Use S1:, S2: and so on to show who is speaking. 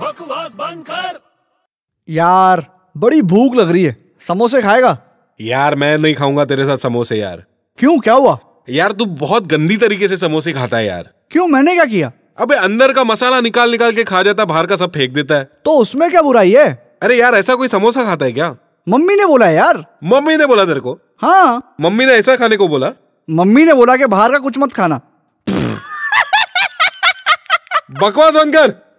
S1: बकवास बंद कर
S2: यार बड़ी भूख लग रही है समोसे खाएगा
S3: यार मैं नहीं खाऊंगा तेरे साथ समोसे यार
S2: क्यों क्या हुआ
S3: यार तू बहुत गंदी तरीके से समोसे खाता है यार
S2: क्यों मैंने क्या किया
S3: अबे अंदर का मसाला निकाल निकाल के खा जाता है, बाहर का सब फेंक देता है
S2: तो उसमें क्या बुराई है
S3: अरे यार ऐसा कोई समोसा खाता है क्या
S2: मम्मी ने बोला है यार
S3: मम्मी ने बोला तेरे को
S2: हाँ
S3: मम्मी ने ऐसा खाने को बोला
S2: मम्मी ने बोला कि बाहर का कुछ मत खाना
S3: बकवास बंद कर